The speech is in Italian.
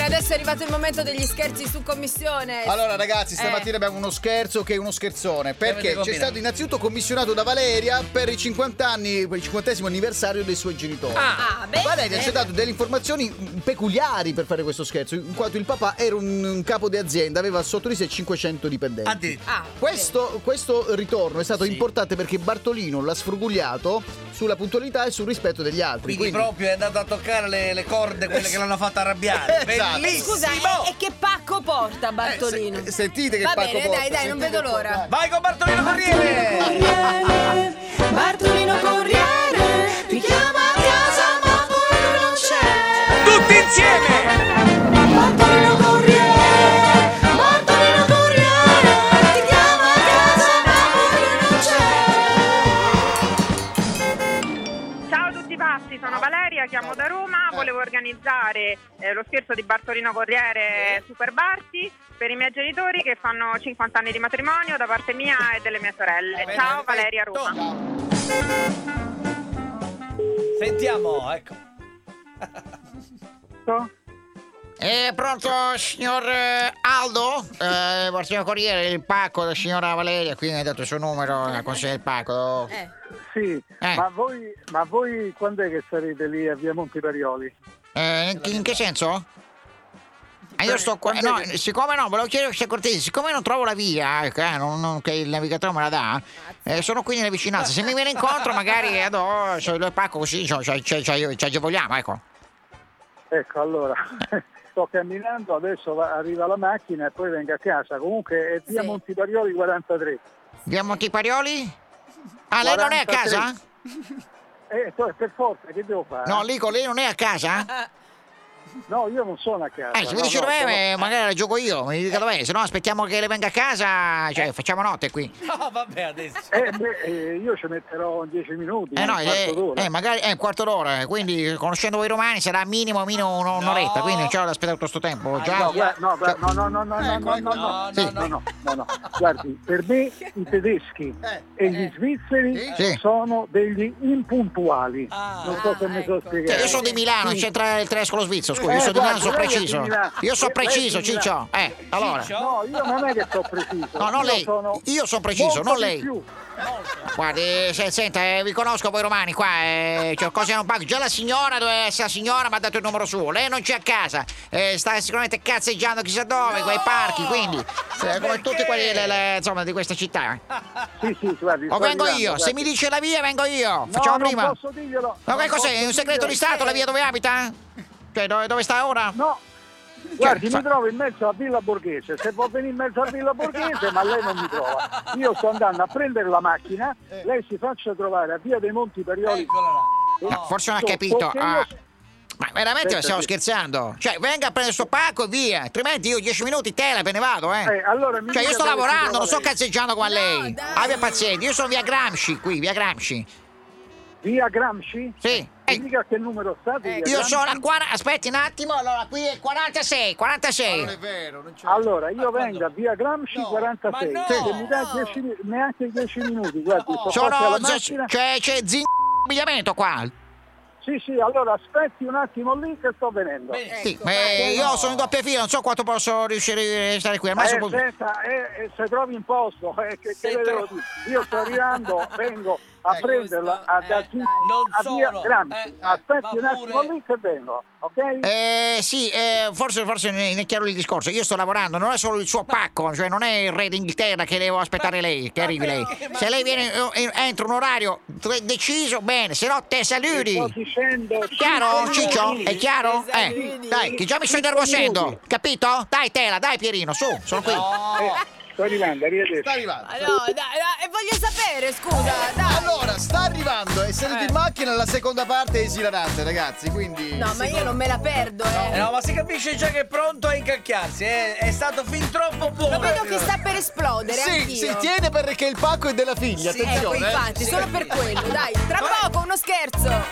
Adesso è arrivato il momento degli scherzi su commissione. Allora ragazzi, Eh. stamattina abbiamo uno scherzo che è uno scherzone, perché c'è combinato? stato innanzitutto commissionato da Valeria per i 50 anni, per il 50 anniversario dei suoi genitori. Ah, beh. Valeria ci ha bene. dato delle informazioni peculiari per fare questo scherzo, in quanto il papà era un, un capo di azienda, aveva sotto di sé 500 dipendenti. Addi- Ah, Questo, questo ritorno è stato Sì. importante perché Bartolino l'ha sfrugugliato sulla puntualità e sul rispetto degli altri. Quindi, proprio è andato a toccare le, le corde, quelle che l'hanno fatta arrabbiare. Esatto. bene. Bellissimo! Eh, Scusa, eh, e, e che pacco porta Bartolino? Eh, se- sentite che Va pacco bene, porta, dai, dai, non sentite vedo che- l'ora. Vai con Bartolino Corriere! Corriere, Bartolino Corriere, mi chiama a casa ma poi lui non c'è. Tutti insieme! Bartolino Corriere, Bartolino Corriere, ti chiama a casa ma poi lui non c'è. Ciao a tutti pazzi, sono Valeria, chiamo da Roma, volevo organizzare eh, lo scherzo di Bartolino Corriere Super Barti per i miei genitori che fanno 50 anni di matrimonio da parte mia e delle mie sorelle. Eh, Ciao Valeria Roma. Sentiamo, ecco. È pronto signor eh, Aldo? Eh, Bartolino Corriere, il pacco della signora Valeria, qui mi ha dato il suo numero, la consiglia del pacco. Eh. Sì, Eh. ma, voi, ma voi quando è che sarete lì a Via Monti Parioli? Eh, in, in che senso? Ah, io sto qua, no, siccome no, ve lo chiedo se è cortese, siccome non trovo la via, eh, non- non- che il navigatore me la dà, eh, sono qui nelle vicinanze, se mi viene incontro magari eh, do, c'ho il pacco così, c'ho- c'ho- c'ho- c'ho- ci agevoliamo, ecco. Ecco, allora, sto camminando, adesso va- arriva la macchina e poi vengo a casa. Comunque è Via Sì. Monti Parioli 43. Via Montiparioli? Ah, lei non è a casa? 43. Eh, to- per forza, che devo fare? No, Lico, lei non è a casa? No, io non sono a casa. Eh, se mi no, dice no, dov'è, sono- eh, magari la gioco io, mi dica dov'è, se no aspettiamo che lei venga a casa, cioè facciamo notte qui. No, vabbè, adesso. Eh, beh, eh, io ci metterò 10 minuti, Eh un no, quarto eh, d'ora. eh, magari è un quarto d'ora, eh, quindi conoscendo voi romani sarà minimo minimo un- un'oretta, quindi non c'è da aspettare tutto questo tempo. Già. Ah, No, guarda, Eh, no, guarda, no, no, no, no, no, Ecco, no, ecco, no, no, no, sì. no, no, no, no. Guardi, per me i tedeschi Eh, e gli svizzeri Sì. sono degli impuntuali. Ah. non so se mi sono Cioè, spiegato. io sono di Milano, c'è tra il tedesco e lo svizzero, scusi, Eh, io sono di Milano, guarda, eh, sono lei è di preciso. Milano. Io sono Lei è di preciso, Milano. Ciccio. Eh, allora. Ciccio? No, io non è che sono preciso. No, non io lei. Sono Io sono preciso, molto non di lei. più. Guardi, se- senta, eh, vi conosco voi romani qua, eh, cioè, cose non pago. Già la signora, doveva essere la signora mi ha dato il numero suo, lei non c'è a casa, eh, sta sicuramente cazzeggiando chissà dove, quei parchi, quindi, eh, come tutti quelli le- le- insomma, di questa città. Sì, sì, guardi. O sto vengo arrivando, io, se guardi. mi dice la via vengo io, No, facciamo non prima. posso dirglielo. Ma non che cos'è? È posso un segreto di dirglielo. Stato la via dove abita? Cioè, dove, dove sta ora? No. Guardi, Cioè, fa- mi trovo in mezzo a Villa Borghese, se può venire in mezzo a Villa Borghese, ma lei non mi trova. Io sto andando a prendere la macchina, lei si faccia trovare a Via dei Monti Perioli. Eccola là. No, Eh, forse non ha Perché capito. io- ah. Ma veramente Aspetta, stiamo sì. scherzando? Cioè, venga a prendere il suo pacco e via, altrimenti io 10 minuti tela e me ne vado, eh. Eh, allora mi Cioè, io dica sto dove si lavorando, trova non sto lei. cazzeggiando con No, lei. dai. Abbia pazienza, io sono via Gramsci qui, via Gramsci. Via Gramsci? Sì. Mi Eh, dica che numero sta di via io Gramsci? sono a 40. Aspetti un attimo, allora qui è 46, Ah, 46. Non è vero, non c'è. Allora, Ah, io vengo a via Gramsci No, 46, ma no! se mi dà 10 mi- neanche 10 minuti, guardi, sto quasi sono. alla macchina. C'è, c'è zin abbigliamento qua. Sì, sì, allora aspetti un attimo lì che sto venendo. Bene. Sì, Ecco, ma vai. io sono in doppia fila, non so quanto posso riuscire a stare qui. Ormai Eh, sono proprio- senta, eh, eh, se trovi in posto, eh, che, Se che le devo tro- dire? Io sto arrivando, vengo a Eh, prenderla giusto, a, eh, da- dai. Non a via solo, Gramsci. eh, aspetti ma un attimo pure- lì che vengo, ok? Eh, sì, eh, forse, forse ne ne è chiaro il discorso. Io sto lavorando, non è solo il suo pacco, cioè non è il re d'Inghilterra che devo aspettare lei, che arrivi lei. Se lei viene eh, entro un orario tre- deciso, bene, se no te Sto saluti. dicendo... Chiaro, cinque Ciccio? minuti. È chiaro? Eh, Esauriti. dai, che già mi sto innervosendo, capito? Dai, Tela, dai, Pierino, su, sono qui. No. Sto arrivando, Sta arrivederci. arrivando. Ah, No, dai, dai, e voglio sapere, scusa, dai. Eh, Allora, sta arrivando e sedete Eh. in macchina la seconda parte è esilarante, ragazzi, quindi... No, ma io non me la perdo, eh. Eh, no, ma si capisce già che è pronto a incacchiarsi. eh. È stato fin troppo buono. Lo vedo che sta per esplodere Sì, anch'io. si tiene perché il pacco è della figlia, Sì, attenzione. Ecco, eh. infatti, solo per quello, dai. Tra poco uno scherzo.